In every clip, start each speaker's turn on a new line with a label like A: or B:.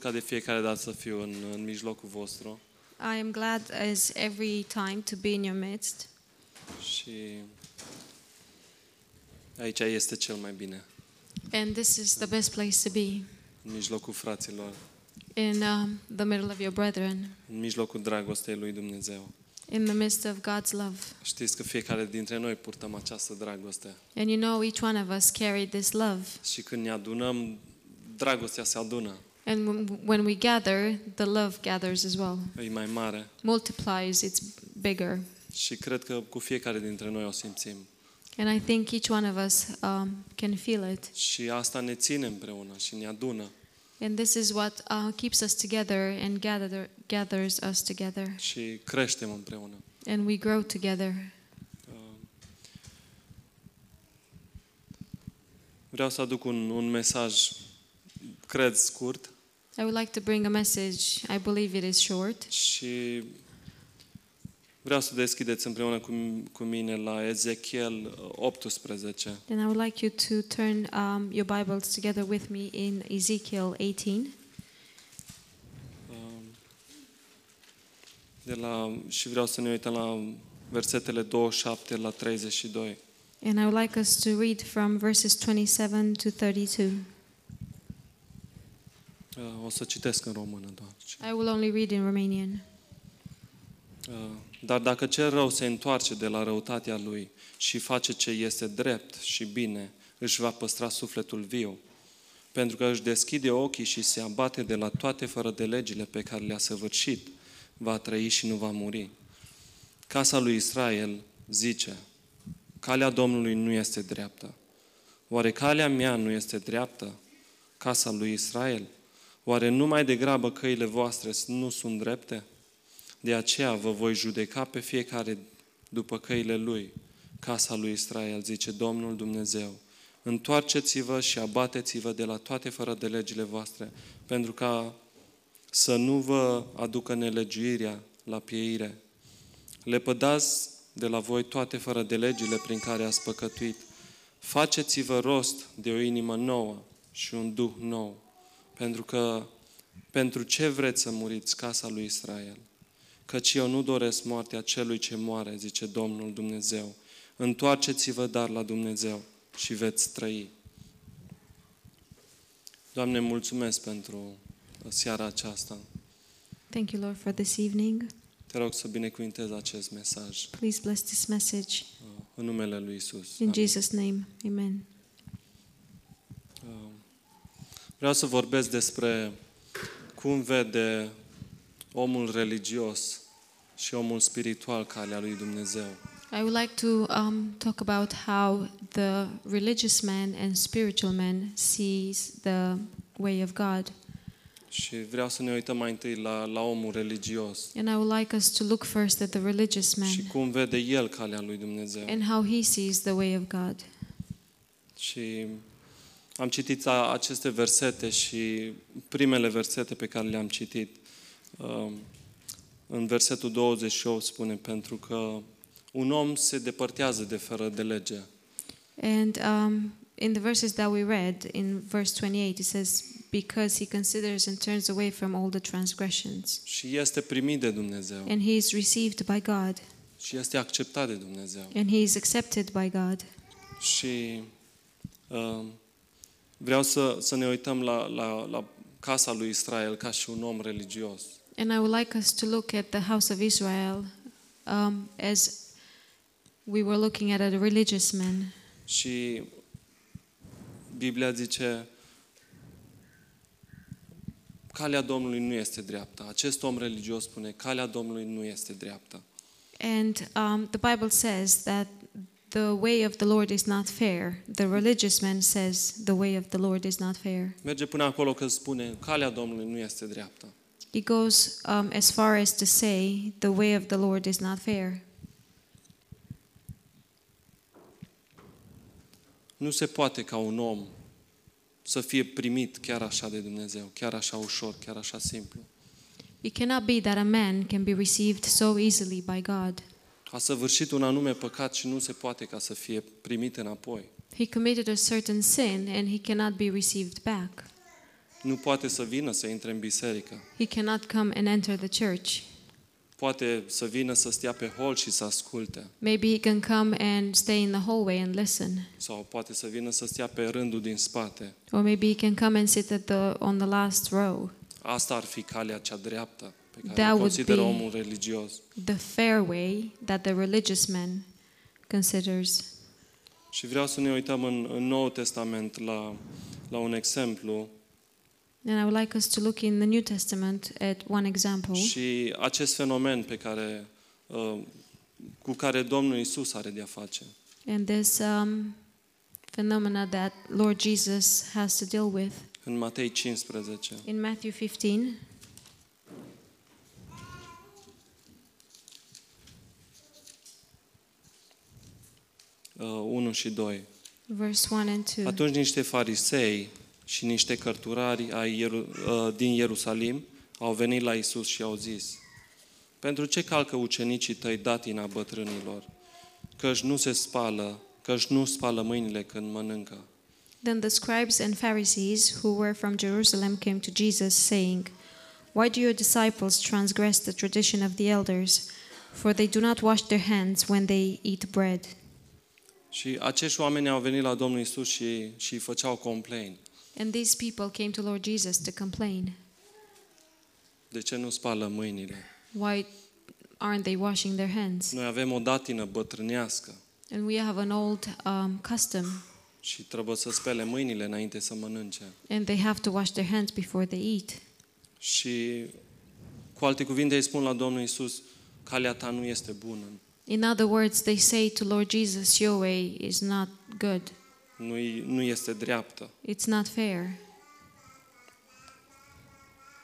A: ca de fiecare dată să fiu în, în mijlocul vostru
B: I am glad as every time to be in your midst.
A: și aici este cel mai bine,
B: And this is the best place to be
A: în mijlocul fraților,
B: in um, the middle of your brethren,
A: în mijlocul dragostei lui Dumnezeu.
B: in the midst of God's love.
A: Știți că fiecare dintre noi purtăm această dragoste
B: And you know, each one of us carried this love.
A: și când ne adunăm, dragostea se adună,
B: And when- when we gather, the love gathers as well,
A: e mai mare
B: multiplies, it's bigger.
A: și cred că cu fiecare dintre noi o simțim.
B: And I think each one of us um, can feel it.
A: Și asta ne ține împreună și ne adună
B: And this is what uh, keeps us together and gather, gathers us together.
A: și creștem împreună.
B: And we grow together.
A: Ehm, Vreau să aduc un, un mesaj, cred, scurt
B: I would like to bring a message. I believe it is short.
A: și vreau să deschideți împreună cu, cu mine la Ezechiel uh, 18.
B: And I would like you to turn um, your Bibles together with me in Ezekiel 18.
A: Um, De la, și vreau să ne uităm la versetele 27 la 32.
B: And I would like us to read from verses 27 to 32.
A: Uh, O să citesc în română doar.
B: I will only read in Romanian.
A: Uh, Dar dacă cel rău se întoarce de la răutatea lui și face ce este drept și bine, își va păstra sufletul viu, pentru că își deschide ochii și se abate de la toate fără de legile pe care le-a săvârșit, va trăi și nu va muri. Casa lui Israel zice, calea Domnului nu este dreaptă. Oare calea mea nu este dreaptă? Casa lui Israel? Oare nu mai degrabă căile voastre nu sunt drepte? De aceea vă voi judeca pe fiecare după căile lui, casa lui Israel, zice Domnul Dumnezeu. Întoarceți-vă și abateți-vă de la toate fără de legile voastre, pentru ca să nu vă aducă nelegiuirea la pieire. Lepădați de la voi toate fără de legile prin care ați păcătuit. Faceți-vă rost de o inimă nouă și un duh nou, pentru că pentru ce vreți să muriți casa lui Israel? căci eu nu doresc moartea celui ce moare, zice Domnul Dumnezeu. Întoarceți-vă dar la Dumnezeu și veți trăi. Doamne, mulțumesc pentru seara aceasta.
B: Thank you, Lord, for this evening.
A: Te rog să binecuvintezi acest mesaj
B: Please bless this message.
A: uh, în numele Lui Isus.
B: In Jesus' name, amen.
A: Vreau să vorbesc despre cum vede omul religios și omul spiritual calea lui Dumnezeu.
B: I would like to um, talk about how the religious man and spiritual man sees the way of God.
A: Și vreau să ne uităm mai întâi la, la omul religios
B: And I would like us to look first at the religious
A: și
B: man
A: cum vede el calea lui Dumnezeu.
B: and how he sees the way of God.
A: Și am citit a- aceste versete și primele versete pe care le-am citit. um, În versetul 28 spune, pentru că un om se depărtează de fără de lege.
B: And um, in the verses that we read, in verse 28, it says, Because he considers and turns away from all the transgressions.
A: Și este primit de Dumnezeu.
B: And he is received by God,
A: Și este acceptat de Dumnezeu.
B: and he is accepted by God.
A: Și um, vreau să, să ne uităm la, la, la casa lui Israel ca și un om religios.
B: And I would like us to look at the house of Israel um, as we were looking at a religious man.
A: Și Biblia zice calea Domnului nu este dreaptă. Acest om religios spune calea Domnului nu este dreaptă.
B: And um, the Bible says that the way of the Lord is not fair. The religious man says the way of the Lord is not fair.
A: Merge până acolo că spune calea Domnului nu este dreaptă.
B: He goes um, as far as to say the way of the Lord is not fair.
A: Nu se poate ca un om să fie primit chiar așa de Dumnezeu, chiar așa ușor, chiar așa simplu.
B: It cannot be that a man can be received so easily by God.
A: A săvârșit un anume păcat și nu se poate ca să fie primit înapoi.
B: He committed a certain sin and he cannot be received back.
A: nu poate să vină să intre în biserică.
B: He cannot come and enter the church.
A: Poate să vină să stea pe hol și să asculte.
B: Maybe he can come and stay in the hallway and listen.
A: Sau poate să vină să stea pe rândul din spate.
B: Or maybe he can come and sit at the, on the last row,
A: Asta ar fi calea cea dreaptă pe care
B: That
A: o
B: would
A: consideră
B: be-
A: omul religios.
B: the fair way that the religious man considers.
A: Și vreau să ne uităm în, în Noul Testament la, la un exemplu
B: And I would like us to look in the New Testament at one example
A: și acest fenomen pe care, uh, cu care Domnul Isus are de-a face.
B: and this um, phenomena that Lord Jesus has to deal with
A: În Matei 15,
B: in Matthew 15.
A: uh, 1 și 2.
B: Verse 1 and 2.
A: Atunci niște farisei și niște cărturari ai Ieru- uh, din Ierusalim au venit la Isus și au zis, Pentru ce calcă ucenicii tăi datina bătrânilor? Căci nu se spală, căci nu spală mâinile când mănâncă.
B: Then the scribes and Pharisees who were from Jerusalem came to Jesus, saying, Why do your disciples transgress the tradition of the elders? For they do not wash their hands when they eat bread.
A: Și acești oameni au venit la Domnul Isus și, și îi făceau complain.
B: And these people came to Lord Jesus to complain,
A: De ce nu spală mâinile?
B: Why aren't they washing their hands?
A: Noi avem o datină bătrânească
B: And we have an old um, custom,
A: și trebuie să spele mâinile înainte să mănânce.
B: and they have to wash their hands before they eat.
A: Și cu alte cuvinte îi spun la Domnul Isus, calea ta nu este bună,
B: In other words, they say to Lord Jesus, Your way is not good,
A: nu, nu este dreaptă.
B: it's not fair.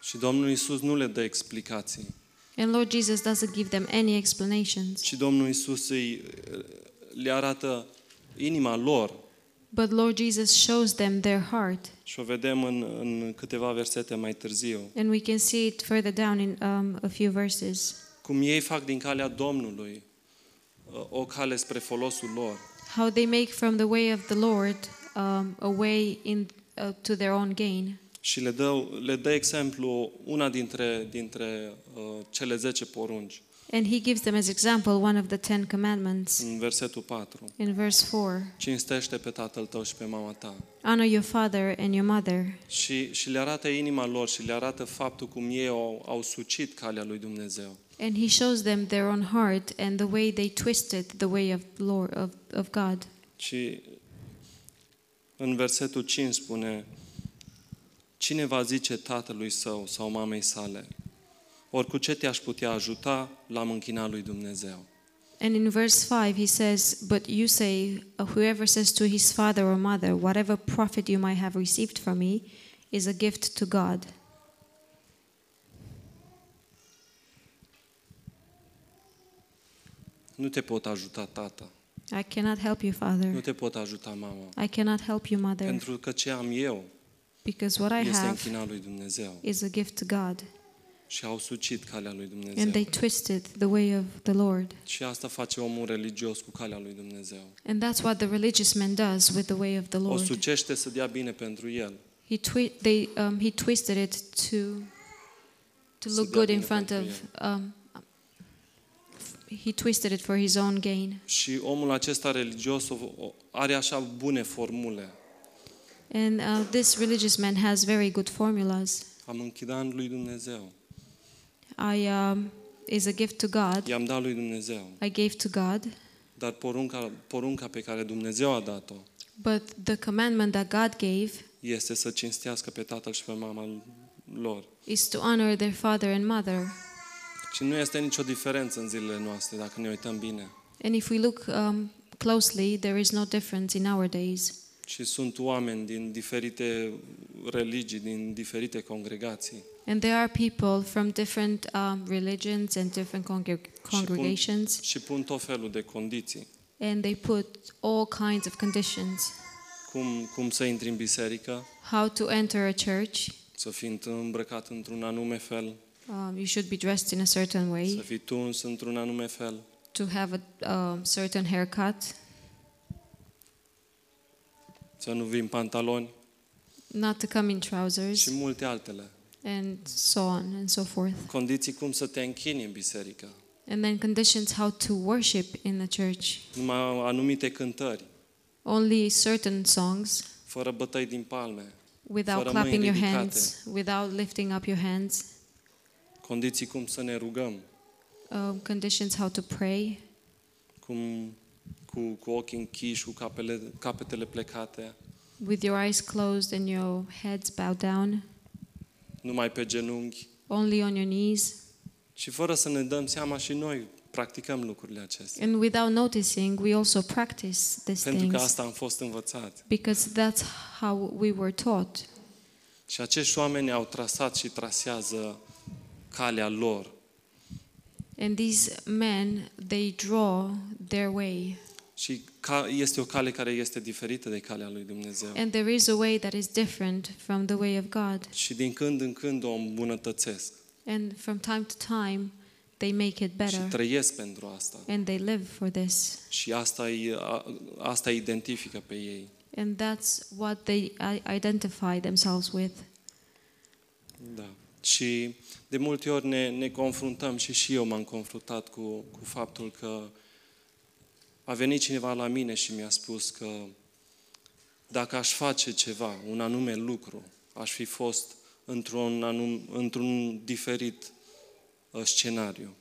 A: Și Domnul Isus nu le dă explicații,
B: And Lord Jesus doesn't give them any explanations.
A: ci Domnul Isus îi, le arată inima lor
B: But Lord Jesus shows them their heart.
A: și o vedem în, în câteva versete mai târziu.
B: And we can see it further down in um, a few verses
A: Cum ei fac din calea Domnului uh, o cale spre folosul lor.
B: how they make from the way of the Lord um, a way in, uh, to their own gain.
A: Și le dă, le dă exemplu una dintre, dintre uh, cele 10 porunci,
B: And he gives them as example one of the Ten Commandments
A: în versetul 4.
B: in verse 4
A: Cinstește pe tatăl tău și pe mama ta.
B: Honor your father and your mother.
A: Și, și le arată inima lor și le arată faptul cum ei au, au sucit calea lui Dumnezeu.
B: And he shows them their own heart and the way they twisted the way of, the Lord, of, of God.
A: Și în versetul 5 spune, Cine va zice tatălui său sau mamei sale, ori cu ce te-aș putea ajuta, l-am închinat lui Dumnezeu.
B: And in verse 5, he says, But you say, uh, whoever says to his father or mother, Whatever profit you might have received from me is a gift to God.
A: Nu te pot ajuta tata,
B: I cannot help you,
A: nu
B: father.
A: te pot ajuta mama,
B: I cannot help you, mother,
A: pentru că ce am eu
B: because what I
A: este
B: have
A: închinat lui Dumnezeu.
B: is a gift to God.
A: Și au sucit calea lui Dumnezeu.
B: And they twisted the way of the Lord.
A: Și asta face omul religios cu calea lui Dumnezeu.
B: And that's what the religious man does with the way of the
A: O
B: Lord.
A: sucește să dea bine pentru el.
B: He, twi- they, um, he twisted it to, to
A: Să
B: look
A: dea
B: good in
A: bine
B: front
A: pentru
B: of. Um, he twisted it for his own gain.
A: Și omul acesta religios o- o- are așa bune formule.
B: And uh, this religious man has very good formulas.
A: Am închidat lui Dumnezeu.
B: I um, is a gift to God.
A: I-am dat lui Dumnezeu.
B: I gave to God,
A: Dar porunca, porunca pe care Dumnezeu a dat-o
B: but the commandment that God gave
A: este să cinstească pe tatăl și pe mama lor.
B: is to honor their father and mother.
A: Și nu este nicio diferență în zilele noastre, dacă ne uităm bine.
B: And if we look um, closely, there is no difference in our days.
A: Și sunt oameni din diferite religii, din diferite congregații.
B: And there are people from different um, religions and different congreg- congregations,
A: Și pun tot felul de condiții.
B: and they put all kinds of conditions:
A: Cum, cum să intri în biserică,
B: how to enter a church,
A: să fii îmbrăcat într-un anume fel,
B: um, you should be dressed in a certain way,
A: să fii tuns într-un anume fel,
B: to have a um, certain haircut,
A: să nu vii în pantaloni,
B: not to come in
A: și
B: trousers,
A: multe altele.
B: and so on and so forth.
A: Condiții cum să te închini în biserică,
B: And then conditions how to worship in the church.
A: numai anumite cântări,
B: Only certain songs,
A: fără bătăi din palme,
B: without
A: Fără
B: clapping
A: mâini
B: your
A: ridicate.
B: hands, without lifting up your hands.
A: condiții cum să ne rugăm,
B: Um, conditions how to pray,
A: cum cu, cu ochii închiși, cu capele, capetele plecate,
B: with your eyes closed and your heads bowed down,
A: numai pe genunchi
B: only on your knees.
A: și fără să ne dăm seama și noi practicăm lucrurile acestea.
B: And without noticing, we also practice these
A: Pentru că
B: things
A: asta am fost învățat.
B: because that's how we were taught.
A: Și acești oameni au trasat și trasează calea lor.
B: And these men, they draw their way.
A: Și ca, este o cale care este diferită de calea lui Dumnezeu.
B: And there is a way that is different from the way of God.
A: Și din când în când o îmbunătățesc.
B: And from time to time, they make it
A: Și
B: better
A: trăiesc pentru asta.
B: and they live for this.
A: Și asta îi, a, asta îi identifică pe ei.
B: And that's what they i- identify themselves with.
A: Da. Și de multe ori ne, ne confruntăm și și eu m-am confruntat cu, cu faptul că a venit cineva la mine și mi-a spus că dacă aș face ceva, un anume lucru, aș fi fost într-un, anum, într-un diferit uh, scenariu.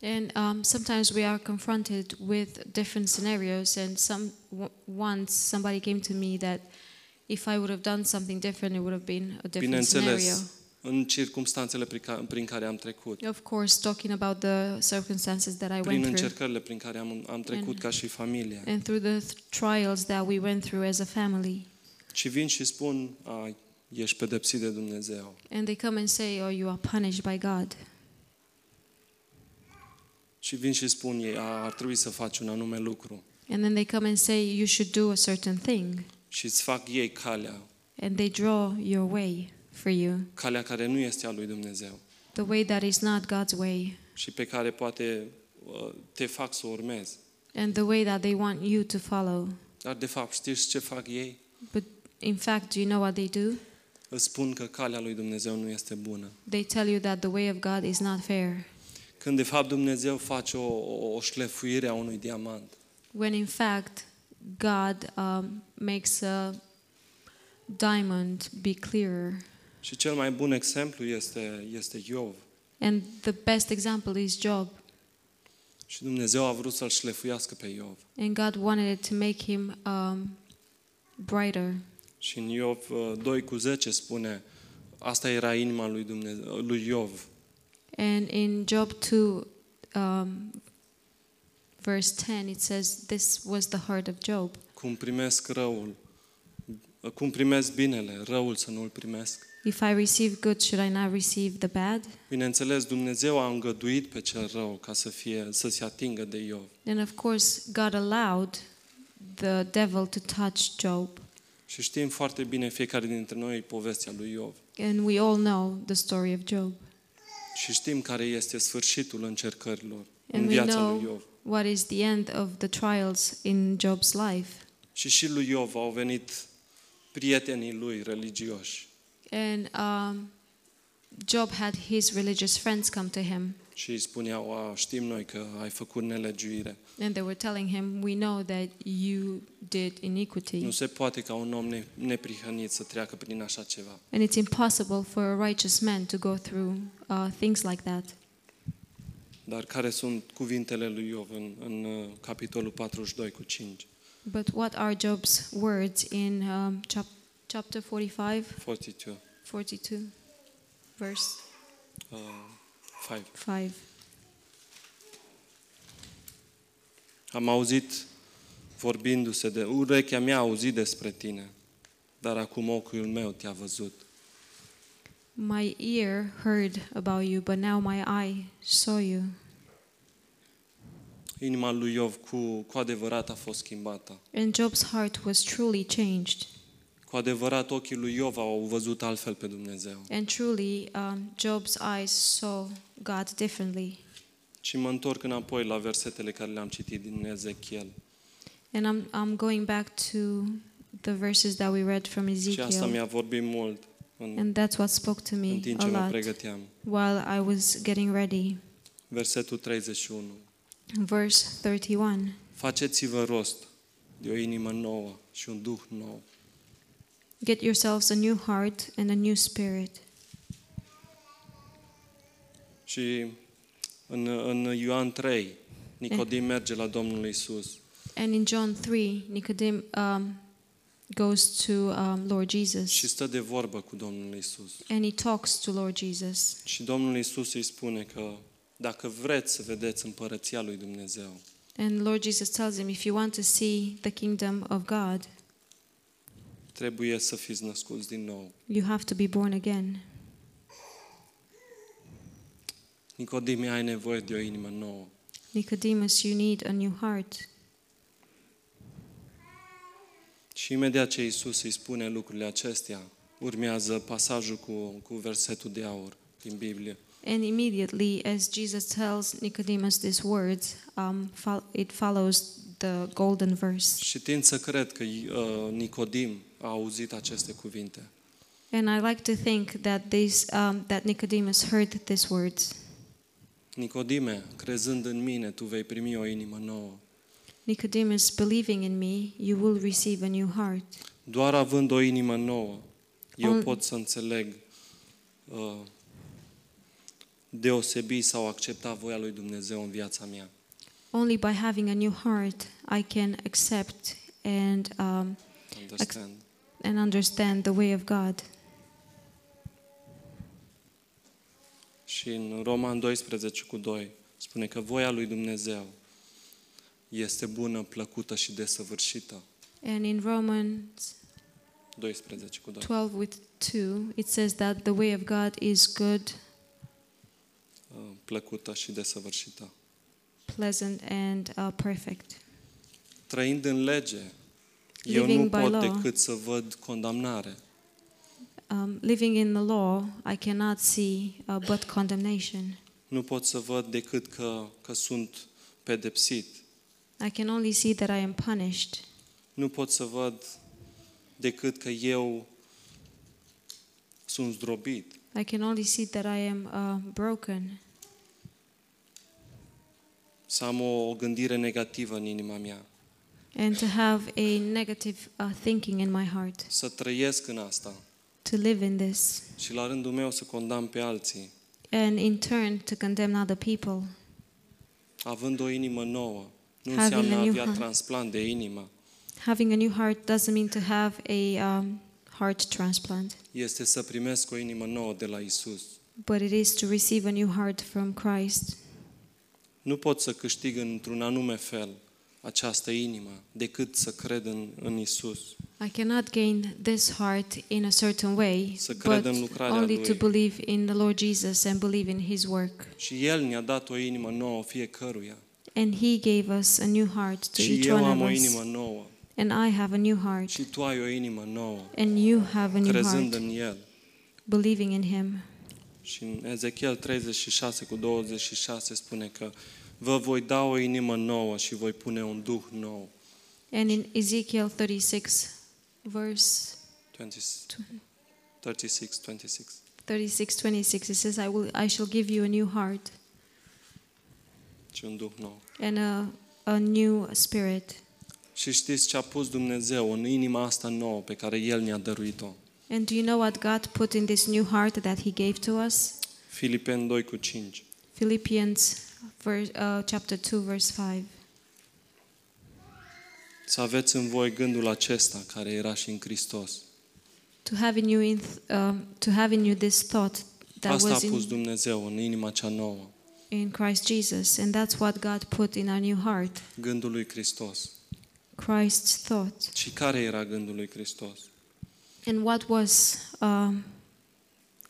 B: And um, sometimes we are confronted with different scenarios. And some w- once somebody came to me that if I would have done something different, it would have been a different scenario.
A: Bineînțeles, în circumstanțele prin ca- prin care am trecut,
B: Of course, talking about the circumstances that I
A: prin
B: went through
A: încercările prin care am, am trecut
B: And-
A: ca și familie.
B: and through the th- trials that we went through as a family.
A: Și vin și spun, a, ești pedepsit de Dumnezeu.
B: And they come and say, Oh, you are punished by God.
A: Și vin și spun ei, a, ar trebui să faci un anume lucru.
B: And then they come and say, You should do a certain thing.
A: Și îți fac ei calea,
B: And they draw your way for you,
A: calea care nu este a lui Dumnezeu
B: the way that is not God's way,
A: și pe care poate uh, te fac să o urmezi.
B: and the way that they want you to follow.
A: Dar de fapt știți ce fac ei?
B: But in fact, do you know what they do?
A: Îți spun că calea lui Dumnezeu nu este bună.
B: They tell you that the way of God is not fair,
A: Când de fapt Dumnezeu face o, o, o șlefuire a unui diamant.
B: when in fact, God um, makes a diamond be clearer.
A: Și cel mai bun exemplu este, este Iov.
B: And the best example is Job.
A: Și Dumnezeu a vrut să-l șlefuiască pe Iov.
B: And God wanted it to make him um, brighter.
A: Și în Iov uh, 2 cu 10 spune, asta era inima lui, Dumnezeu, lui Iov.
B: And in Job 2, um, verse 10, it says, This was the heart of Job.
A: Cum primesc răul, cum primesc binele, răul să nu-l primesc.
B: If I receive good, should I not receive the bad?
A: Bineînțeles, Dumnezeu a îngăduit pe cel rău ca să, fie, să se atingă de Iov.
B: And of course, God allowed the devil to touch Job.
A: Și știm foarte bine fiecare dintre noi povestea lui Iov.
B: And we all know the story of Job.
A: Și știm care este sfârșitul încercărilor în
B: And we
A: viața lui
B: know
A: Iov.
B: what is the end of the trials in Job's life.
A: Și și lui Iov au venit prietenii lui religioși
B: And um, Job had his religious friends come to him,
A: și îi spuneau, a, știm noi că ai făcut nelegiuire.
B: and they were telling him, We know that you did
A: Nu
B: iniquity,
A: se poate ca un om ne- neprihănit să treacă prin așa ceva.
B: and it's impossible for a righteous man to go through uh, things like that.
A: Dar care sunt cuvintele lui Iov în, în uh, capitolul 42 cu 5,
B: But what are Job's words in um, chap- chapter 45,
A: 42,
B: 42, verse
A: uh, 5.
B: 5?
A: Am auzit vorbindu-se de, urechea mea a auzit despre tine, dar acum ochiul meu te-a văzut.
B: My ear heard about you, but now my eye saw you.
A: Inima lui Iov cu, cu adevărat a fost schimbată.
B: And Job's heart was truly changed.
A: Cu adevărat ochii lui Iov au văzut altfel pe Dumnezeu.
B: And truly, um, Job's eyes saw God differently.
A: Și mă întorc înapoi la versetele care le-am citit din Ezechiel.
B: And I'm, I'm going back to the verses that we read from
A: Și asta
B: Ezekiel.
A: mi-a vorbit mult în,
B: And that's what spoke to
A: în
B: me
A: timp
B: a
A: ce mă
B: lot
A: pregăteam.
B: while I was getting ready.
A: Versetul 31.
B: Verse 31
A: Faceți-vă rost de o inimă nouă și un duh nou.
B: Get yourselves a new heart and a new spirit.
A: Și în, în Ioan 3, Nicodim merge la Domnul Isus
B: And in John 3, Nicodemus um, goes to um, Lord
A: și
B: Jesus
A: stă de vorbă cu Domnul Isus.
B: and he talks to Lord Jesus.
A: Și Domnul Isus îi spune că dacă vreți să vedeți împărăția lui Dumnezeu,
B: And Lord Jesus tells him, If you want to see the kingdom of God,
A: trebuie să fiți născuți din nou.
B: you have to be born again.
A: Nicodime, ai nevoie de o inimă nouă.
B: Nicodemus, you need a new heart.
A: Și imediat ce Isus îi spune lucrurile acestea, urmează pasajul cu, cu versetul de aur din Biblie.
B: And immediately, as Jesus tells Nicodemus these words, um, fol- it follows the golden verse.
A: Și tind să cred că uh, Nicodim a auzit aceste cuvinte.
B: And I like to think that these, um, that Nicodemus heard these words.
A: Nicodime, crezând în mine, tu vei primi o inimă nouă.
B: Nicodemus, believing in me, you will receive a new heart.
A: Doar având o inimă nouă, eu
B: Am-
A: pot să înțeleg uh, deosebi sau accepta voia lui Dumnezeu în viața mea.
B: Only by having a new heart, I can accept and um,
A: Understand?
B: and understand the way of God.
A: Și în Roman 12 cu 2 spune că voia lui Dumnezeu este bună, plăcută și desăvârșită.
B: And in Romans
A: 12 cu 2.
B: 12 with 2, it says that the way of God is good,
A: Uh, Plăcută și desăvârșită.
B: pleasant, and uh, perfect.
A: Trăind în lege, eu nu
B: Living by
A: pot
B: law.
A: decât să văd condamnare.
B: Um, living in the law, I cannot see uh, but condemnation.
A: Nu pot să văd decât că, că sunt pedepsit.
B: I can only see that I am punished.
A: Nu pot să văd decât că eu sunt zdrobit.
B: I can only see that I am uh, broken.
A: Să am o, o gândire negativă în inima mea.
B: And to have a negative uh, thinking in my heart,
A: Să trăiesc în asta.
B: to live in this,
A: și la rândul meu să condamn pe alții,
B: and in turn to condemn other people.
A: având o inimă nouă. Nu
B: Having
A: înseamnă
B: a
A: a
B: new
A: avea
B: heart.
A: transplant de inimă.
B: Having a new heart doesn't mean to have a um, heart transplant,
A: Este să primesc o inimă nouă de la Isus.
B: but it is to receive a new heart from Christ.
A: Nu pot să câștig într-un anume fel această inimă decât să cred în, în Isus.
B: I cannot gain this heart in a certain way,
A: Să
B: but
A: credem lucrarea
B: only
A: Lui.
B: to believe in the Lord Jesus and believe in His work.
A: Și El ne-a dat o inimă nouă fiecăruia.
B: And He gave us a new heart to
A: Și
B: each
A: eu
B: one
A: am
B: of
A: o
B: us.
A: inimă nouă.
B: And I have a new heart,
A: Și tu ai o inimă nouă,
B: and you have a new
A: crezând
B: heart,
A: în El.
B: believing in Him.
A: Și în Ezechiel 36 cu 26 spune că vă voi da o inimă nouă și voi pune un duh nou.
B: And in Ezekiel 36, verse
A: 20, 36, 26.
B: 36 26, it says, I, will, I shall give you a new heart.
A: Și un Duh nou.
B: and a, a new spirit.
A: Și știți ce a pus Dumnezeu în inima asta nouă pe care El ne-a dăruit-o?
B: And do you know what God put in this new heart that He gave to us?
A: Filipeni 2 cu 5.
B: Philippians verse, uh, chapter 2, verse 5.
A: Să aveți în voi gândul acesta care era și în Hristos.
B: To have in you, in th- um, to have in you this thought that
A: asta a
B: was
A: pus
B: in,
A: Dumnezeu în inima cea nouă.
B: in Christ Jesus, and that's what God put in our new heart.
A: Gândul lui Hristos.
B: Christ's thought.
A: Și care era gândul lui Hristos?
B: And what was um,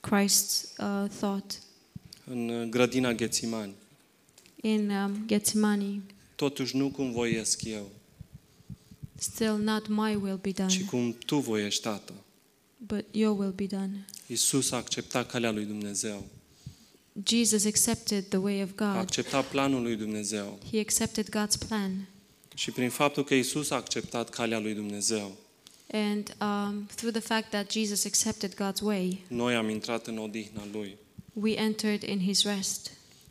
B: Christ's uh, thought
A: În uh, grădina Ghețimani.
B: in um, Gethsemane?
A: Totuși nu cum voiesc eu,
B: Still, not my will be done,
A: ci cum tu voiești, Tată.
B: but your will be done.
A: Iisus a acceptat calea lui Dumnezeu.
B: Jesus accepted the way of
A: A
B: God.
A: acceptat planul lui Dumnezeu.
B: He accepted God's plan.
A: Și prin faptul că Isus a acceptat calea lui Dumnezeu,
B: And um, through the fact that Jesus accepted God's way,
A: Noi am intrat în odihna Lui.
B: we entered in his rest.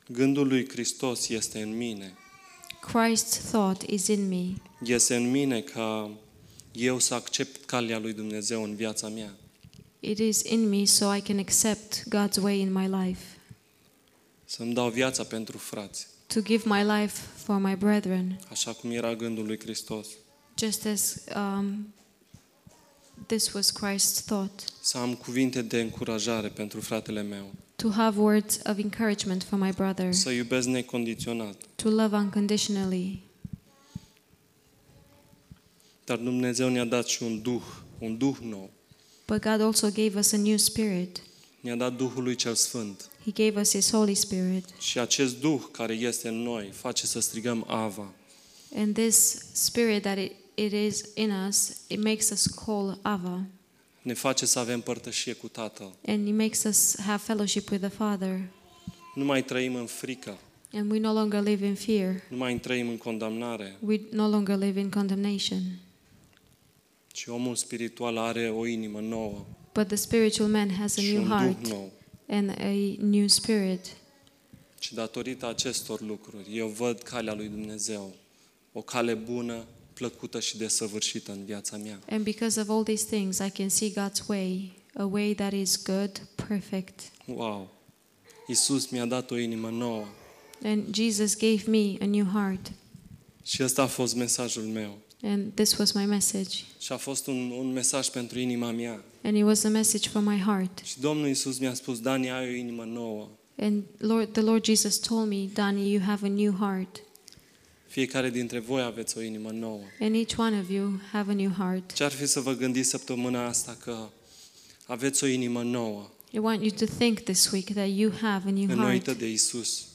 A: Gândul lui Hristos este în mine.
B: Christ's thought is in me.
A: Este în mine ca eu să accept calea lui Dumnezeu în viața mea.
B: It is in me so I can accept God's way in my life,
A: Să-mi dau viața pentru frați,
B: to give my life for my brethren,
A: așa cum era gândul lui Hristos.
B: just as um, this was Christ's thought.
A: Să am cuvinte de încurajare pentru fratele meu.
B: To have words of encouragement for my brother,
A: Să iubesc necondiționat.
B: to love unconditionally.
A: Dar Dumnezeu ne-a dat și un duh, un duh nou.
B: But God also gave us a new spirit.
A: Ne-a dat Duhul lui cel Sfânt.
B: He gave us His Holy Spirit.
A: Și acest Duh care este în noi face să strigăm Ava.
B: And this spirit that it, it is in us, it makes us call Ava,
A: Ne face să avem părtășie cu Tatăl.
B: and it makes us have fellowship with the Father.
A: Nu mai trăim în frică,
B: And we no longer live in fear.
A: nu mai trăim în condamnare,
B: We no longer live in condemnation.
A: ci omul spiritual are o inimă nouă
B: But the spiritual man has a
A: și
B: new
A: un
B: heart
A: Duh nou.
B: and a new spirit.
A: Și datorită acestor lucruri, eu văd calea lui Dumnezeu, o cale bună, plăcută și desăvârșită în viața mea.
B: And because of all these things, I can see God's way, a way that is good, perfect.
A: Wow! Iisus mi-a dat o inimă nouă
B: And Jesus gave me a new heart.
A: și ăsta a fost mesajul meu.
B: And this was my message.
A: Și a fost un, un mesaj pentru inima mea.
B: And it was a message for my heart.
A: Și Domnul Iisus mi-a spus, Dani, ai o inimă nouă.
B: And Lord, the Lord Jesus told me, Danny, you have a new heart.
A: Fiecare dintre voi aveți o inimă nouă.
B: And each one of you have a new heart.
A: Ce ar fi să vă gândiți săptămâna asta că aveți o inimă nouă,
B: I want you to think this week that you have a new heart.
A: înnoită de Isus,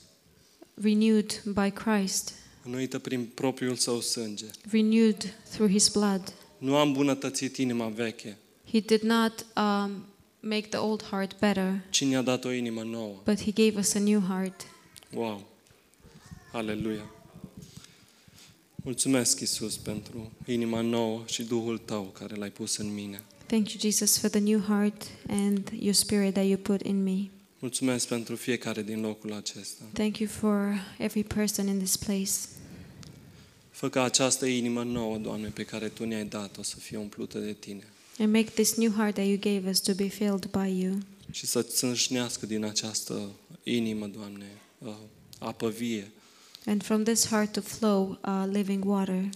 B: renewed by Christ,
A: înnoită prin propriul său sânge.
B: renewed through his blood.
A: Nu am bunătățit inima veche,
B: He did not um, make the old heart better,
A: ci ne-a dat o inimă nouă.
B: but he gave us a new heart.
A: Wow! Aleluia! Mulțumesc, Isus, pentru inima nouă și Duhul Tău care l-ai pus în mine.
B: Thank you, Jesus, for the new heart and your spirit that you put in me.
A: Mulțumesc pentru fiecare din locul acesta.
B: Thank you for every person in this place.
A: Fă ca această inimă nouă, Doamne, pe care Tu ne-ai dat-o să fie umplută de Tine
B: And make this new heart that you gave us to be filled by you.
A: și să țâșnească din această inimă, Doamne, uh, apă vie.
B: And from this heart to flow uh, living water.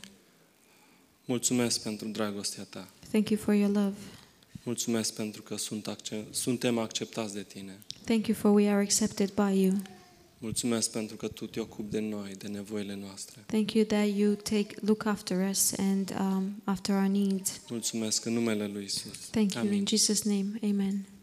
A: Mulțumesc pentru dragostea Ta.
B: Thank you for your love.
A: Mulțumesc pentru că sunt acce- suntem acceptați de Tine.
B: Thank you for we are accepted by you.
A: Mulțumesc pentru că Tu te ocupi de noi, de nevoile noastre.
B: Thank you that you take look after us and um, after our needs.
A: Mulțumesc în numele Lui Isus.
B: Thank you
A: Amin.
B: in Jesus' name. Amen.